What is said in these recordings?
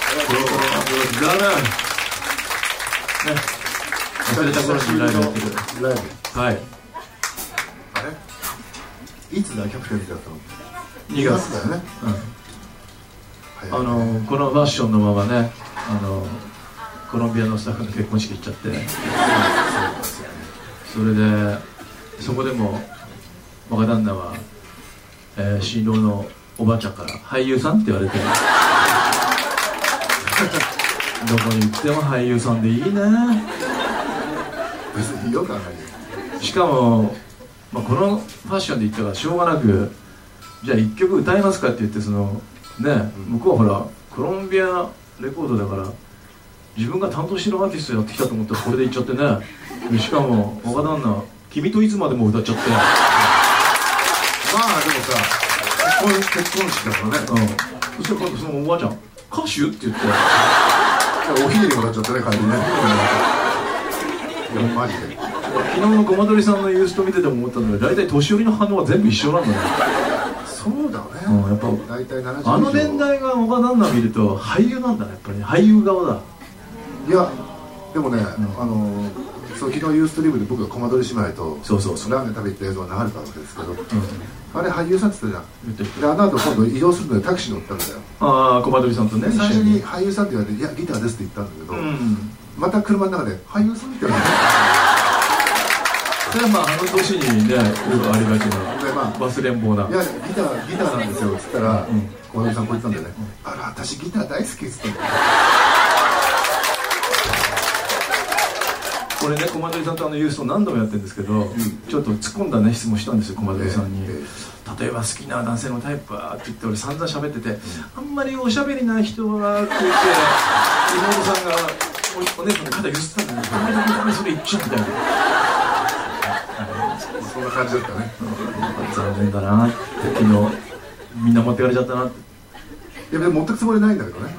ララ疲れた頃にライブやってくるライはいあれいつだキャプテンズやったの2月だよねあのこのファッションのままねあのコロンビアのスタッフの結婚式行っちゃってそれでそこでも若旦那は、えー新郎のおばあちゃんから「俳優さん?」って言われてどこに行っても俳優さんでいいね別によくはないよしかも、まあ、このファッションで行ったからしょうがなくじゃあ1曲歌いますかって言ってそのね向こうはほらコロンビアレコードだから自分が担当してるアーティストやってきたと思ったらこれで行っちゃってねでしかも若旦那「君といつまでも」歌っちゃってまあでもさ結婚結婚式だからねうんそしたら今度そのおばあちゃん「歌手?」って言っておひねりもらっちゃったね帰りねいやマジで昨日のごまどりさんのユースト見てても思ったんだけど大体年寄りの反応は全部一緒なんだねそうだね、うんやっぱ大体70以上あの年代が若旦那見ると俳優なんだねやっぱりね俳優側だいやでもね、あのそう昨日ユーストリームで僕がコマ撮り姉妹とそうそうそうラーメン食べに行った映像が流れたわけですけど、あれ俳優さんって言って言ってるたじゃんであの後今度移動するのにタクシー乗ったんだよああ小鳩さんとねで最初に俳優さんって言われて「いやギターです」って言ったんだけど、うんまた車の中で「俳優さん」って言われてそれはまああの年にねよくありがちでまあな忘れん坊ないやギターギターなんですよっつったら小森さんこう言ったんだよね「あら私ギター大好き」っつってこれね小鳩さんとあのユースト何度もやってるんですけど、ちょっと突っ込んだね質問したんですよ小鳩さんに、えええ例えば好きな男性のタイプはって言って俺散々喋ってて、あんまりおしゃべりな人はって言って妹さんがおお姉さんの肩揺すったんだけど「ダメダメダメそれ言っちゃ」みたいなそんな感じだったね残念だなって昨日みんな持ってかれちゃったなっていやでも持ってくつもりないんだけどね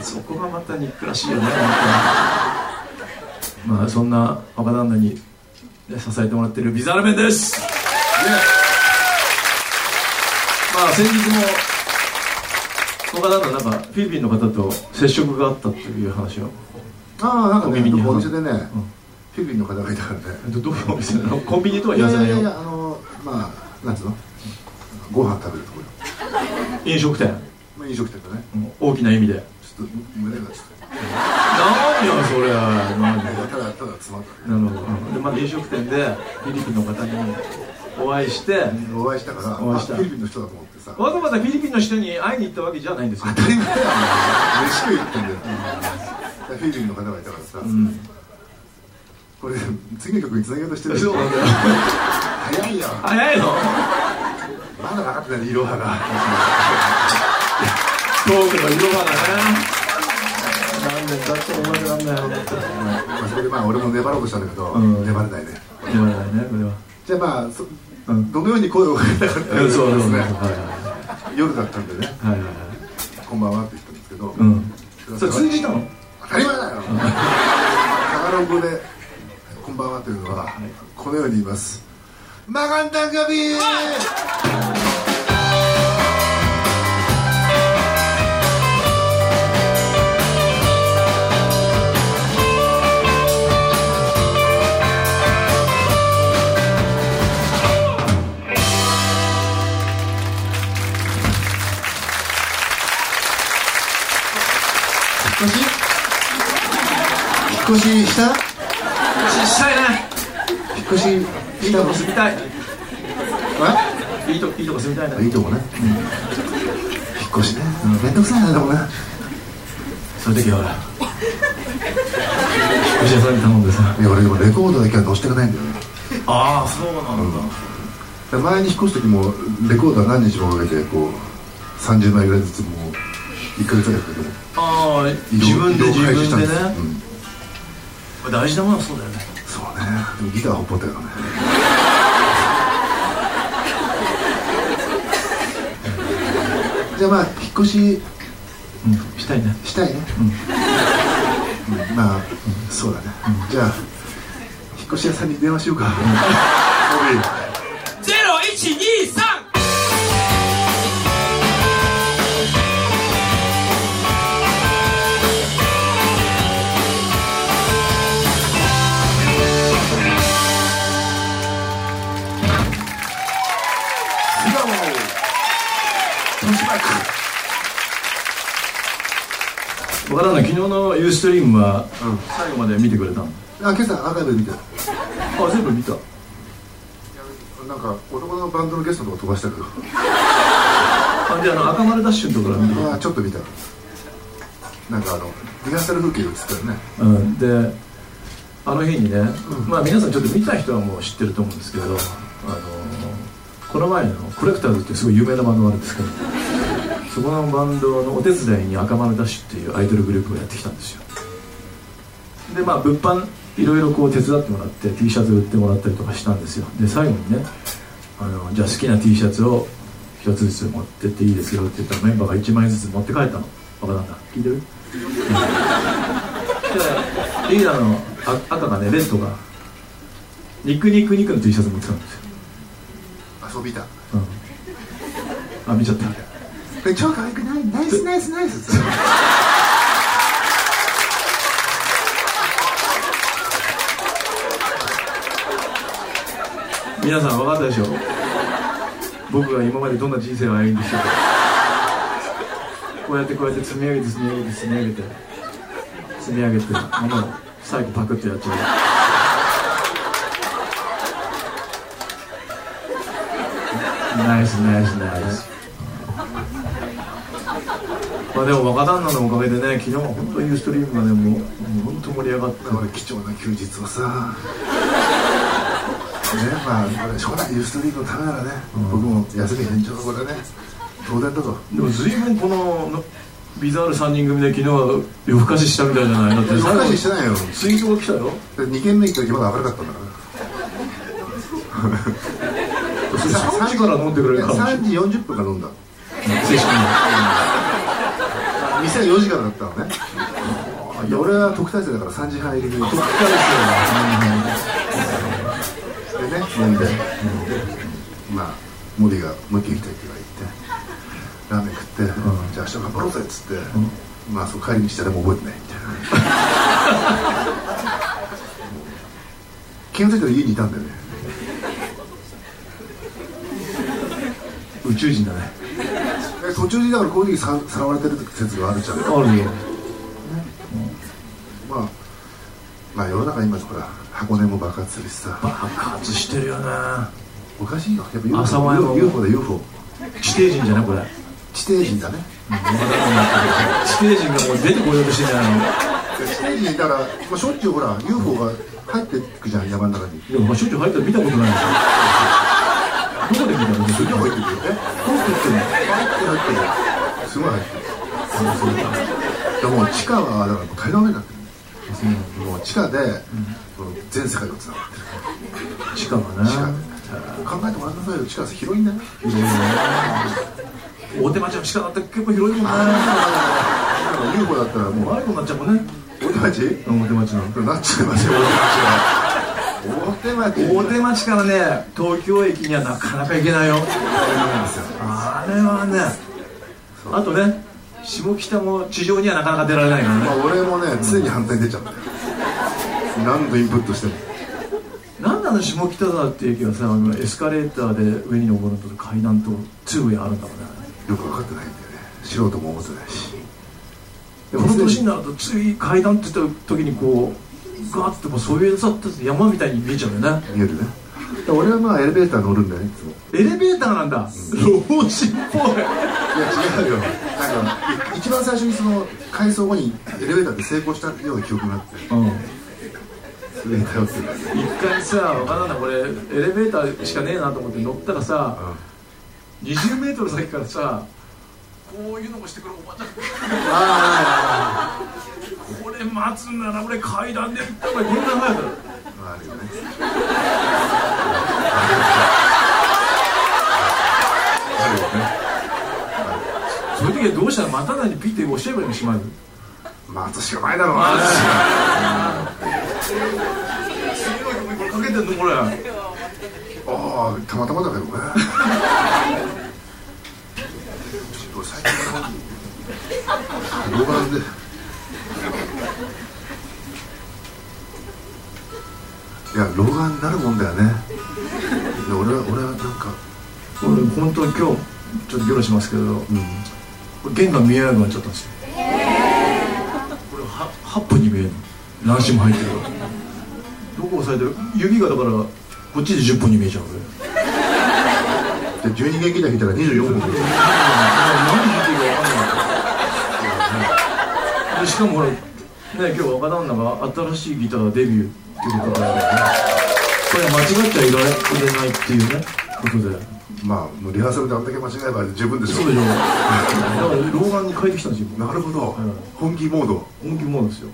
そこがまた憎らしいよね本当にまあそんな若旦那にね支えてもらってるビザラメンです、ねまあ先日も若旦那なんかフィリピンの方と接触があったっていう話をああなんかコンビニにねお店でねフィリピンの方がいたからねえっとどういうお店なのコンビニとはい言やわいせやないいよやいやあのまあなんつうのご飯食べるところ飲食店まあ飲食店だねうん大きな意味でちょっと胸がちょっ何よそれマジでとただただ詰まったなるほどで、まあ、飲食店でフィリピンの方にお会いしてお会いしたからあおフ会いしたィリピンの人だと思ってさわざわざフィリピンの人に会いに行ったわけじゃないんですよ当たり前だよ飯食い行ってんだよフィリピンの方がいたからさこれ次の曲につなげようとしてるそうなんだよ早いよ早いのまだ分かってないいろはがトークの色がね何年経っても覚えてらんないよまあそれでまあ俺も粘ろうとしたんだけど、うん粘れないね言わないねこれはじゃあまあそ、うんどのように声をかけたかそうったそうでそすうねはい夜だったんでねはいはい「こんばんは」って言ったんですけど、うんそれ通じたの当たり前だよタガログで「こんばんは」というのはこのように言います「マガンタンガビー!」引っ越し引っ越ししたしたいね引っ越しいいしたとのこ住みたいえいいといいとこ住みたいないいとこね、引っ越しね、めんどくさいなでもねそういう時はほら吉田さんに頼んでさいや俺でもレコードだけは載せてかないんだよねああそうなんだで前に引っ越す時もレコードは何日もかけてこう30枚ぐらいずつもう1ヶ月ぐらいかけてああ移動自分で移動自開始したん分ですねうん大事なものはそうだよねそうねでもギターはほっぽったけどね じゃあまあ引っ越しうんしたいねしたいね、うんまあ、そうだね、じゃあ引っ越し屋さんに電話しようか、うん、ゼロ一二三。どうも豊島区分からない昨日のユーストリームは、最後まで見てくれたのあ今朝アーカイブ見たあ全部見たなんか男のバンドのゲストとか飛ばしたけどあじゃああの赤丸ダッシュのところ見てあちょっと見たなんかあのリハーサル風景映ったようねん、であの日にね、まあ皆さんちょっと見た人はもう知ってると思うんですけど、あのこの前のコレクターズってすごい有名なバンドがあるんですけどそこのバンドのお手伝いに赤丸ダッシュっていうアイドルグループをやってきたんですよでまあ物販いろいろこう手伝ってもらって T シャツ売ってもらったりとかしたんですよで最後にねあのじゃあ好きな T シャツを一つずつ持ってっていいですよって言ったらメンバーが1枚ずつ持って帰ったのバカなんだ聞いてる リーダーのあ赤がねレッドが肉肉肉の T シャツ持ってたんですよ、遊びたうん、あ見ちゃったえ超可愛くないナイスナイスナイス皆さん分かったでしょ僕が今までどんな人生を歩んできたかこうやってこうやって積み上げて積み上げて積み上げて積み上げてものを最後パクってやっちゃうナイスナイスナイスまあでも若旦那のおかげでね昨日は本当にユーストリームがねもうもう本当盛り上がって俺貴重な休日をさねまあ将来ユーストリームのためならね、僕も休み延長のこれね当然だとでも随分こののビザール3人組で昨日は夜更かししたみたいじゃないだって夜更かしして最後ないよツイートが来たよ2軒目行った時まだ危なかったんだから それ3時から飲んでくれるかもしれない3時40分から飲んだ正式に店は4時からだったのねいや俺は特待生だから3時半入りに特待生でね飲んで、まあ森がもう一軒行きたいって言われてラーメン食って、じゃあ明日頑張ろうぜっつって、まあそう帰り道誰も覚えてないみたいな気が付いたら家にいたんだよね宇宙人だねえ途中にだからこういう時ささらわれてる説があるじゃんあるよまあ、まあ世の中今ほら箱根も爆発するしさ爆発してるよねおかしいよやっぱ朝前 UFO の UFO だ UFO 地底人じゃないこれ地底人だね地底人がもう出てこようとしてんじゃないの地底人だから、まあ、しょっちゅうほら UFO が入ってくじゃん山の中にでもまあしょっちゅう入ったら見たことないでしょどこで見たのどこ行ってくるよねどこ行ってんの入ってる入ってるすごい入ってるそうそうだからもう地下はだからもう階段上になってるもう地下で、その全世界がつながってる地下が地下なで考えてごらんなさいよ地下は広いんだよ大手町の地下だったら結構広いもんねだから UFO だったらもう迷子になっちゃうもんね俺た大ち手町のなっちゃいますよ、大手町は。大手町からね東京駅にはなかなか行けないよなんですよ。あれはねあとね下北も地上にはなかなか出られないからまねあ、俺もね、常に反対に出ちゃうんだよ。何度インプットしても。なんであの下北沢っていう駅はさあのエスカレーターで上に登るのと階段とツーウェイあるんだもんねよく分かってないんだよね。素人も思ってないし。でこの年にになるとつい階段って言った時にこうガーッとこうそびえ立って山みたいに見えちゃうよね見えるね。俺はまあエレベーター乗るんだよね、いつも。エレベーターなんだ老人っぽいいや、違うよ。なんか、い一番最初にその、改装後にエレベーターで成功したような記憶があって、うんそれに頼ってるんだけど一回さわかんないこれエレベーターしかねえなと思って乗ったらさ、2 0ル先からさこういうのもしてくるおばちゃんこれ待つんなら俺階段で行った方がいいこんな早くまあ、あるよね。あるよね。そういう時はどうしたら待たないでピッて押しちゃえばいいのしまいまあ、としかないだろうあな。次の日もこれかけてんのこれああたまたまだけどねちょっと最近の動画でいや老眼になるもんだよねで俺は俺はなんか俺もう本当に今日ちょっとギョロしますけどこうんれ弦が見えなくなっちゃったんですよこれは8本に見えるの何子も入ってるからどこ押さえてる指がだからこっちで10本に見えちゃうこれじゃあ12弦ギター弾いたら24本何弾いていいか分かんなかったでしでかもほらね今日若旦那が新しいギターデビューっていうことだからこれ間違っちゃいられないっていうねことでまあもうリハーサルであんだけ間違えば十分でしそうょでしょだから老眼に変えてきたんですよ今なるほどうん本気モード本気もんですよ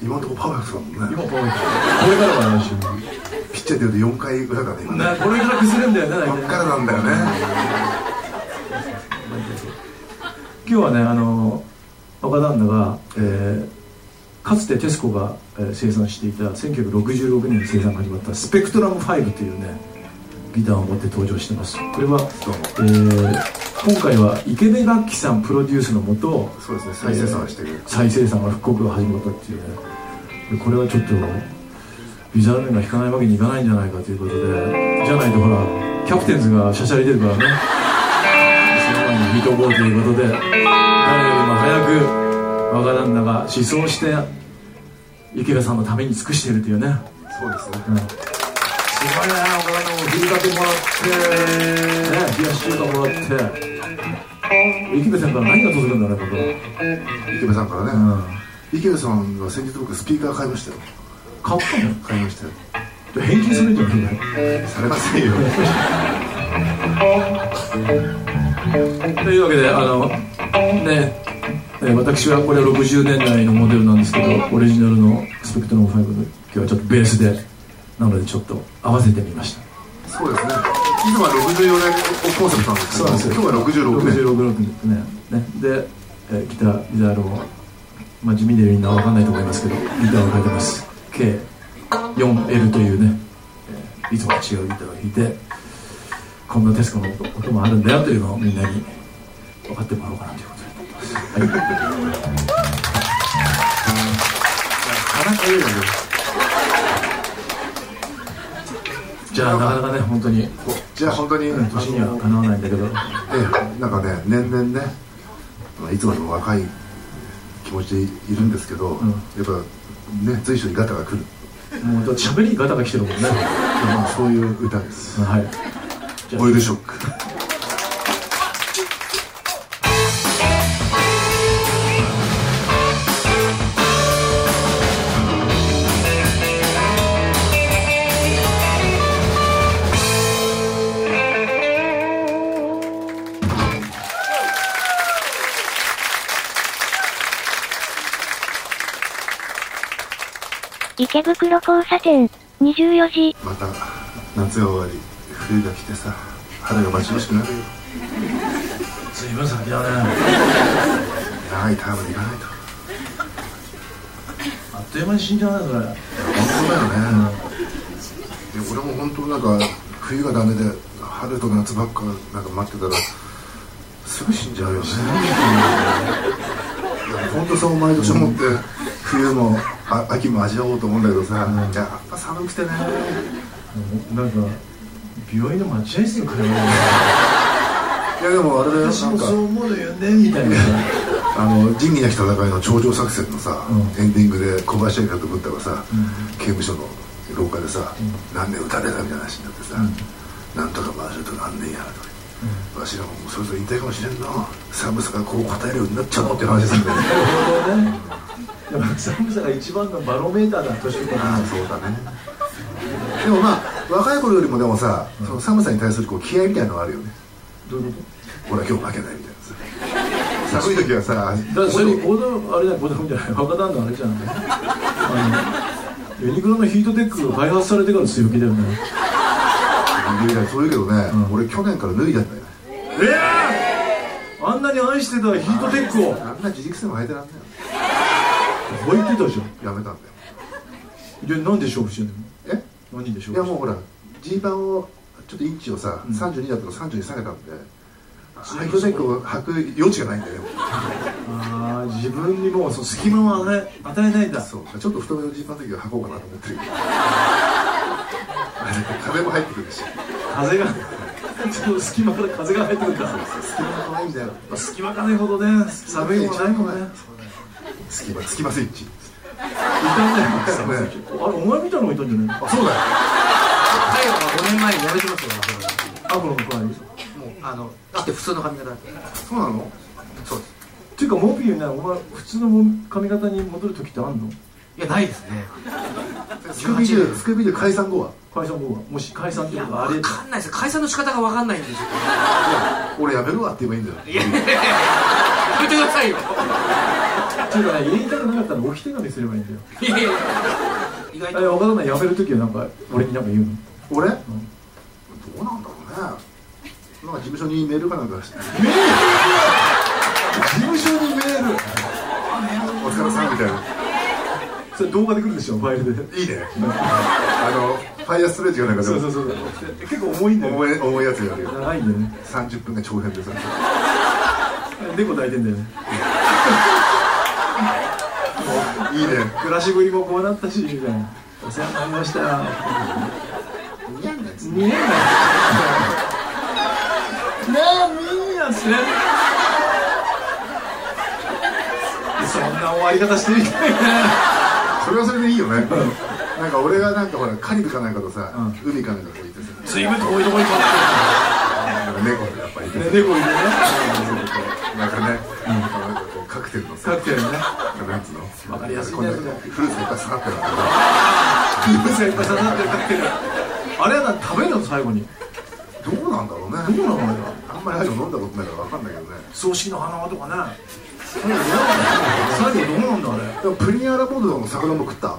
今のところパーフェクトだもん今ねこうこれからが話ねピッチャーで言うと4回裏だね今ねこれから崩れんだよね大こ体っからなんだよね今日はねあの若旦那が、えーかつてテスコが、えー生産していた1966年に生産が始まったスペクトラム5というねギターを持って登場してますこれは、どうもえー今回は池部楽器さんプロデュースのもとそうですね再生産してる再生産が復刻が始まったっていうねこれはちょっとビザールが弾かないわけにいかないんじゃないかということでじゃないとほらキャプテンズがしゃしゃり出るからねその前に弾いとこうということで誰よりも早く若旦那が思想して池田さんのために尽くしているというね、そうですねうん、すごいね若旦那もふりかけもらって、ね、冷やし中華もらって池部さんから何が届くんだろうね池部さんから僕ねは、うん池部さんは先日僕スピーカー買いましたよ買ったの買いましたよ返金するんじゃないかされませんよというわけであのねえー私はこれ60年代のモデルなんですけどオリジナルのスペクトラム5の今日はちょっとベースでなのでちょっと合わせてみましたそうですねいつもは64年をコンセプトなんですけど今日は66年66年ですねねで、えーギターギターを、まあ、地味でみんなわかんないと思いますけどギターを弾いてます K4L というね、えーいつもと違うギターを弾いてこんなテスコの音もあるんだよというのをみんなに分かってもらおうかなということで。田中裕也でじゃあなかなかね本当にじゃあ本当に年にはかなわないんだけどええなんかね年々ねまあいつまでも若い気持ちでいるんですけど、んやっぱね随所にガタが来る、もうだって喋り方が来てるもんねまあ、そういう歌ですはいじゃあオイルショック池袋交差点、24時。また夏が終わり冬が来てさ肌が待ち遠しくなるよ随分先だね長いタームでいかないとあっという間に死んじゃうねそれ本当だよね、いや俺も本当なんか冬がダメで春と夏ばっかなんか待ってたらすぐ死んじゃうよねいや本当そう毎年思って冬もあ秋も味わおうと思うんだけどさ、いややっぱ寒くてねなんか病院の待合室に通うねいやでもあれだよなん私もかそう思うよねみたいなあの仁義なき戦いの頂上作戦のさ、うエンディングで小林明とぶったがさ、刑務所の廊下でさ、何年撃たれたみたいな話になってさ、なんとか回ると何年やとか、わしらももうそろそろ引退かもしれんな寒さがこう答えるようになっちゃうのっていう話ですんだよねなるほどねやっぱ寒さが一番のバロメーターだ年と あかあそうだねでもまあ若い頃よりもでもさ、その寒さに対するこう気合みたいなのがあるよねどういうこ俺は今日負けないみたいなさ寒い時はさとだからそれボードあれだよボードじゃない若旦那あれじゃんあのユニクロのヒートテックが開発されてから強気だよね脱いだりそういうけどね、俺去年から脱いだんだよねええあんなに愛してたヒートテックをあんな自力線も相手なんだよ置いてたじゃんやめたんだよいやなんで勝負してんのえ何で勝負していんやのもうほらジーパンをちょっとインチをさ、32だったから30に下げたんでハイクテックを履く余地がないんだよああ自分にもうそう隙間を与え与えないんだそうちょっと太めのジーパンの時は履こうかなと思ってるけどあれ風も入ってくるし風が その隙間から風が入ってくるからま隙間怖いんだよあ隙間がないほどね寒いもないもんね隙間隙間スイッチいたんだよ寒い時あれお前みたいなのがいたんじゃないそうだよ太陽が5年前にやめてますよアフロの代わりもうあのだって普通の髪型そうなのそうですっていうかモビーねお前普通の髪型に戻る時ってあんのいやないですねスクビーデュスクビーデュ解散後は解散後はもし解散っていうことがあれ分かんないです解散の仕方が分かんないんですよ俺やめるわって言えばいいんだよいやいやいややめてくださいよっていうかね言いたくなかったら置き手紙すればいいんだよいやいや意外あれと岡田さん辞める時はなんか俺になんか言うの俺、どうなんだろうねなんか事務所にメールかなんかしてメー事務所にメールお疲れさんみたいなルそれ動画で来るでしょファイルでいいねあのファイアストレッチがなんかでそうもそうそう結構重いんだよ重い重いやつやるよ長いんだよね30分が長編でさ猫抱いてんだよねいいね暮らしぶりもこうなったしみたいなお世話になりました似合うんだよ見えないねえみんなつねそんな終わり方してみたいなそれはそれでいいよねなんか俺がなんかほらカリブかなんかとさ、海かなんかと行ってさ随分遠いとこに行ったなんか猫がやっぱりいてね猫いるねなんかね、なんかこうカクテルのさカクテルねなんつうのわかりやすいねこんなフルーツいっぱい刺さってるからブスがいっぱい刺さってるカクテル あれはな食べるの最後にどうなんだろうねどうなのあれはあんまりああいうの飲んだことないから分かんないけどね葬式の花輪とかね最後どうなんだあれでもプリンアラモードの桜も食った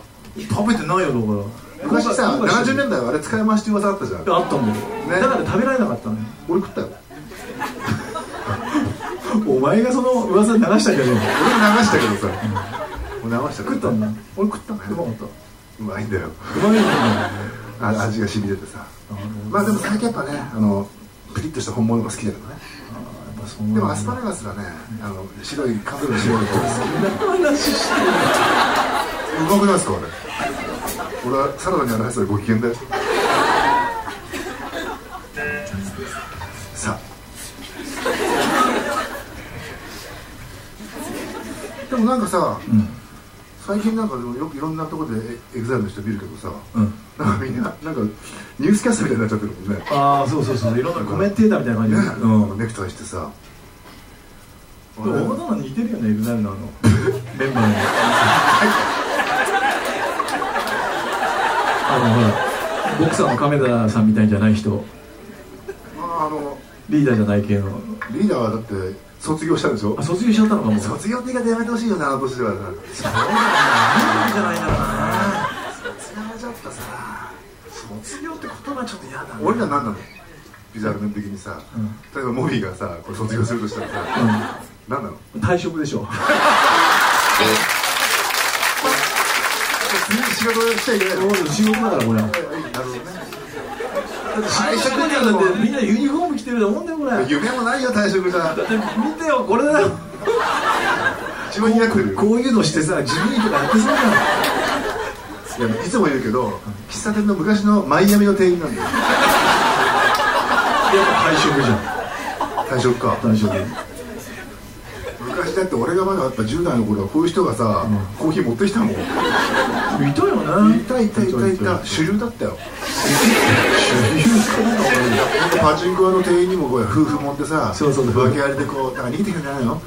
食べてないよだから昔さ今今70年代はあれ使い回しって噂あったじゃんあったんだよ、ねだから食べられなかったのよ俺食ったよお前がその噂流したけど俺も流したけどさ俺流したけ食どったんだ俺食ったねうまかったうまいんだようまいんだよあ味が染み出てさまあでも最近やっぱねあのピリッとした本物が好きだけどねやっぱそんでなもアスパラガスがねあの白い缶詰の白いの好話してるきうまくないですか俺俺はサラダにあのやつでご機嫌だよさあでもなんかさ、最近なんかでもよくいろんなところでエグザイルの人見るけどさ、うんなんかみんななんかニュースキャスターみたいになっちゃってるもんねああそうそうそういろんなコメンテーターみたいな感じねで、あのネクタイしてさでも大田の似てるよねエグザイルのあのメンバーにあのほらボクサーの亀田さんみたいじゃない人ああのリーダーじゃない系のリーダーはだって卒業したんでしょあ卒業しちゃったのかもう卒業って言い方やめてほしいよなあの年ではな卒じゃないだろうな業ちょっとさ卒業って言葉ちょっと嫌だね俺ら何なのビジュアル面的にさ、例えばモビーがさこれ卒業するとしたらさ、何なの退職でしょ次仕事しちゃいけないの仕事だからこれなるほどね退職だよだってみんなユニフォーム着てると思うんだよこれだって夢もないよ退職じゃ見てよこれだよ一番似合ってるよこういうのしてさ自分にとかやってそうだよいやいつも言うけど喫茶店の昔のマイアミの店員なんだよやっぱ退職じゃ退職かん退職昔だって俺がまだあった10代の頃はこういう人がさ、コーヒー持ってきたもんいたよねいたいたいたいた主流だったよパチンコ屋の店員にもこう夫婦もんでさそうそうそう訳ありでこうなんか逃げてくんじゃないの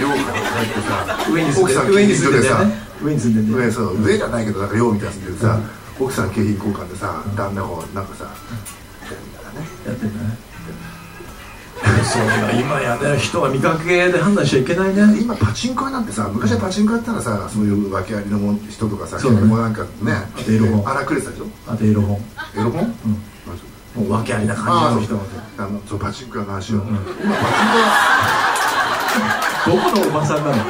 寮から入ってさ上に住ん奥でさん上景に品住所んでんだよでさね上に住んでんだよ上そう上じゃないけどなんか寮みたいな住んでさ奥さん景品交換でさ旦那をなんかさやってんだねそうだ今やね人は見かけで判断しちゃいけないね今パチンコ屋なんてさ昔はパチンコやったらさそういう訳ありのもん人とかさそうだねもうなんかねとエロ本荒くれてたでしょあとエロ本エロ本、もう訳ありなああ感じの人あのそうパチンコ屋の話を、今パチンコどこのおばさんなのちっ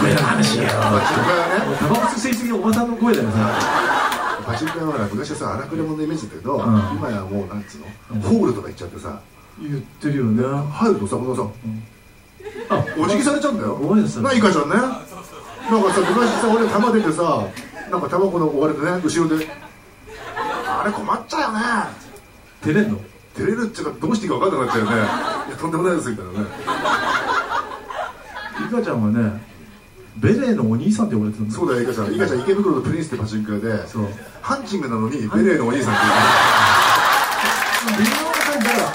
こいな話や屋パチンコ屋ねタバコ吸いすぎのおばさんの声だよさパチンコ屋はほら昔はさ荒くれ者のイメージだったけど、ん今やもうなんつうの、ホールとか行っちゃってさ言ってるよね入るとさ小野さん、あおじぎされちゃうんだよごめんなさいなイカちゃんねなんかさ昔さ俺玉出てさなんか卵の追われてね後ろであれ困っちゃうよね照れんの照れるっていうかどうしていいか分かんなかったよねいやとんでもないですみたいなねリカちゃんはねベレーのお兄さんって呼ばれてたんだそうだよイカちゃんイカちゃん池袋のプリンスってパチンコ屋でそうハンチングなのにベレーのお兄さんって微妙な感じだから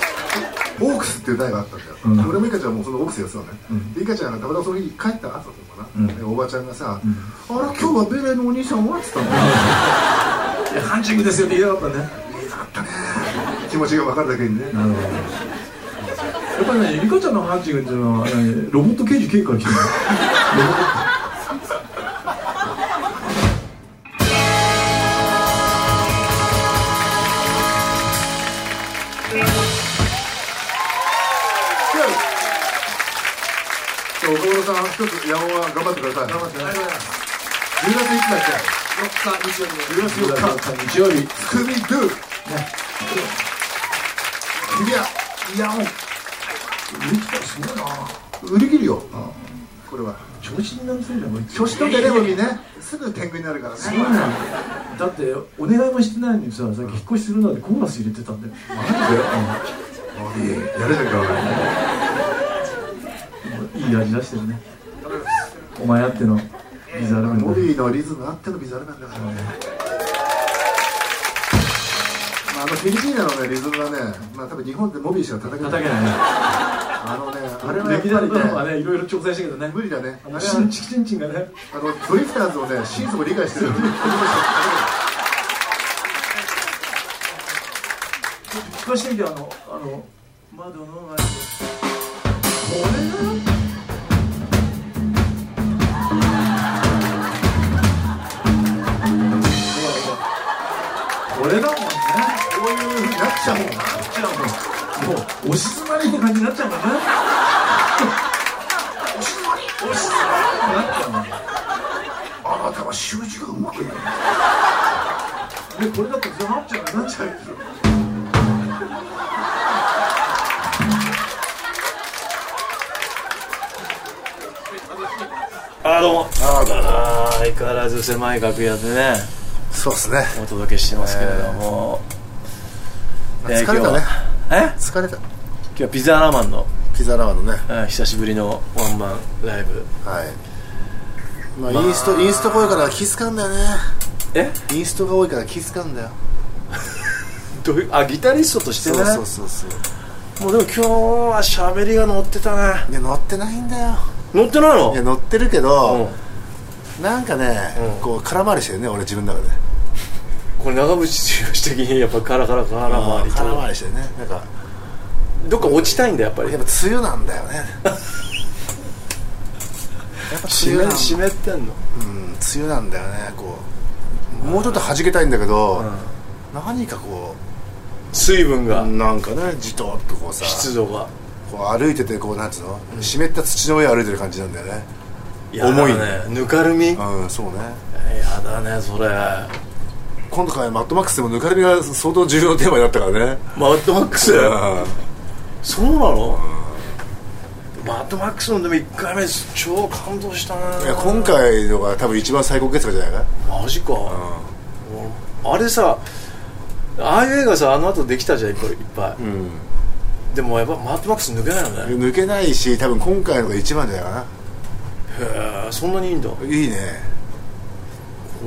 オークスっていう台があったんだよ、うん俺もイカちゃんもそのオークスやってたのね、うんでイカちゃんがたまたまその日帰った後だったのかな、うんでおばちゃんがさ、んあら今日はベレーのお兄さんもらってたの いやハンチングですよって言いたかったね気持ちが分かるだけにねなるほどやっぱりねリカちゃんのハンチングっていうのは、ね、ロボット刑事 K から来てるの今日岡村さん一つ野望は頑張ってください頑張ってありがとうございます10月いつだっ4日日け10月4日日曜日です曜日スクビドゥいやいやもう売り切ったすごいな売り切るよこれは調子になりそうじゃんこいつ挙手とテレビにねすぐ天狗になるからねそうなのだってお願いもしてないのにささっき引っ越しするなんてコーラス入れてたんだよいいやるじゃんかお前いい味出してるねお前あってのビザアルバモムビーのリズムあってのビザルなんだからね、まあ、あのフィリピーナのねリズムはね、まあ、多分日本でモビーしか叩けない叩けないねあのねあれはやっ歴代のドラマぱりねはねいろいろ挑戦したけどね無理だねあれはチンチキチンチンがねあのドリフターズをねシーズンも理解してる聞かしてみてあのあの窓の前でこれだこれだもんねこういうふうになっちゃうもんこっちはもうもう押し詰まりって感じになっちゃうもんね押し詰まり押し詰まりってなっちゃあなたは習字がうまくなもいうんでこれだとそうなっちゃうもんねなっちゃうよあーどうもあー相変わらず狭い楽屋でねそうですねお届けしてますけれども、えー疲れたね今日はえ疲れた今日はピザーラマンの、ピザラワーのねうん久しぶりのワンマンライブはいまあ、インストインストが多いから気使うんだよねえインストが多いから気使うんだよどういうあギタリストとしてねそうそうそうそうもうでも今日はしゃべりが乗ってたないや乗ってないんだよ乗ってないのいや乗ってるけど、なんかね、うんこう空回りしてるね俺自分の中でこれ長渕剛的にやっぱカラカラカラ回り空と回りしてるねなんかどっか落ちたいんだやっぱりやっぱ梅雨なんだ よねやっぱ梅湿雨なん湿ってんうのん、梅雨なんだよねこうもうちょっと弾けたいんだけど、ん何かこ水分が、うなんかねじとっとこうさ湿度がこう歩いててこうなんつうの、湿った土の上歩いてる感じなんだよねやだ重いねぬかるみやうんそうねだねそれ今度からマッドマックスでもぬかるみが相当重要なテーマになったからね マッドマックスうんそうなのマッドマックスのでも1回目超感動したないや今回のが多分一番最高傑作じゃないかマジか、あれさああいう映画さあの後できたじゃんいっぱいいっぱい、んでもやっぱマッドマックス抜けないよね抜けないし多分今回のが一番じゃないかへえそんなにいいんだないいね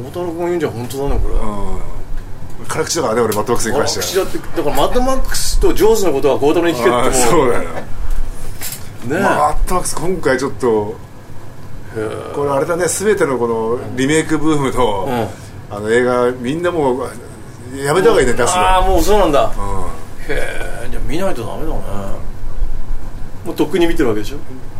孝太郎君言うんじゃ本当だねこれ、うん辛口だからね俺マッドマックスに辛関し口てだはってだからマッドマックスとジョーズのことは孝太郎に聞けあーってもそうだよ、ねえ、マッドマックス今回ちょっとこれあれだね全てのこのリメイクブームと、あの映画みんなもうやめた方がいいね出すああのもうそうなんだ、うんへえじゃあ見ないとダメだねもうとっくに見てるわけでしょ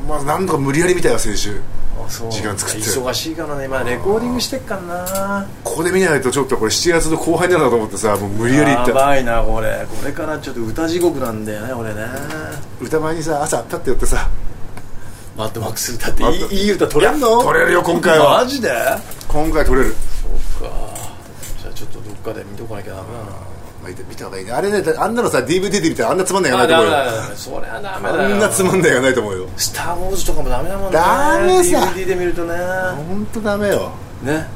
まあなんとか無理やりみたいな先週あそう時間作って忙しいからね今レコーディングしてっからなここで見ないとちょっとこれ7月の後半になるなと思ってさもう無理やり行っやたばいなこれこれからちょっと歌地獄なんだよね俺ね歌前にさ朝立って寄ってさマッドマックス歌っていマッドいいい歌取れんの取れるよ今回はマジでそっか今回取れるじゃあちょっとどっかで見とかなきゃダメだなまあ見た方がいいねあれねだあんなのさ DVD で見たらあんなつまんない映画なあいダとメ思うだよダメだそりゃダメだあよんなつまんない映画ないと思うよスター・ウォーズとかもダメだもんねダメさ DVD で見るとね本当ダメよね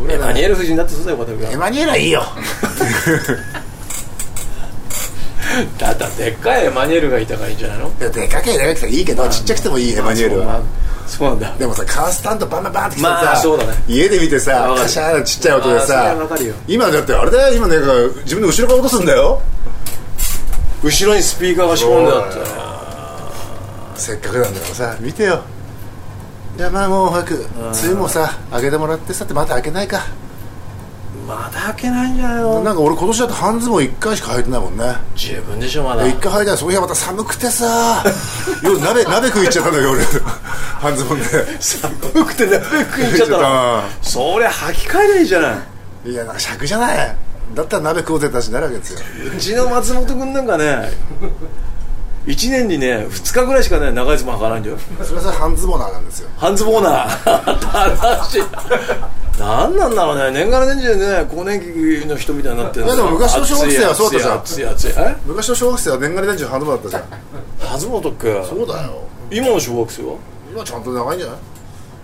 うんエマニュエル夫人だってそうだよ小田君エマニュエルはいいよだったらでっかいエマニュエルがいたからいいんじゃないのいやでかけえでかくていいけどちっちゃくてもいいエマニュエルはそうなんだでもさカースタントバンバンバンって来てさ、まあそうだね家で見てさわかるカシャーンちっちゃい音であーそされはわかるよ今だってあれだよ今なんか自分の後ろから落とすんだよ後ろにスピーカーが仕込んであったよせっかくなんだからさ見てよじゃあまあもう早く梅雨もさ開けてもらってさってまた開けないかまだ開けないんじゃないなんのか俺今年だって半ズボン1回しか履いてないもんね十分でしょまだ1回履いたらその日はまた寒くてさ 夜鍋鍋食い行っちゃったんだよ俺 半ズボンで寒くて鍋食いに行っちゃったら行っ そりゃ履き替えないいじゃな いいやなんか尺じゃないだったら鍋食おうぜって話になるわけですようちの松本君なんかね1年にね2日ぐらいしかね長いズボン履かないんだよそれはそれ半ズボナーなんですよハンズボーナー正しい何なんだろうね年がら年中ね更年期の人みたいになってるいやでも昔の小学生はそうだったじゃん暑い暑い暑い暑い昔の小学生は年がら年中半ズボンだったじゃんえハズボト君そうだよ今の小学生は今ちゃんと長いんじゃない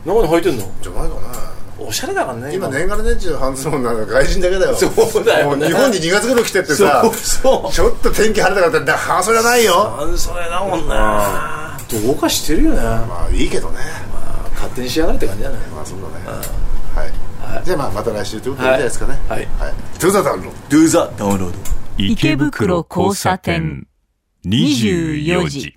中に履いてんのじゃないかなおしゃれだからね今年がら年中半ズボンなの外人だけだよそうだよねもう日本に2月頃来てってさそうそうちょっと天気晴れたからって半袖はないよ半袖だもんなどうかしてるよねまあいいけどね勝手にしやがれって感じじゃないまあそうだねはい、じゃあまあまた来週ということでいいんじゃないですかねはいはい、トゥザダウンロード Do the download 池袋交差点24時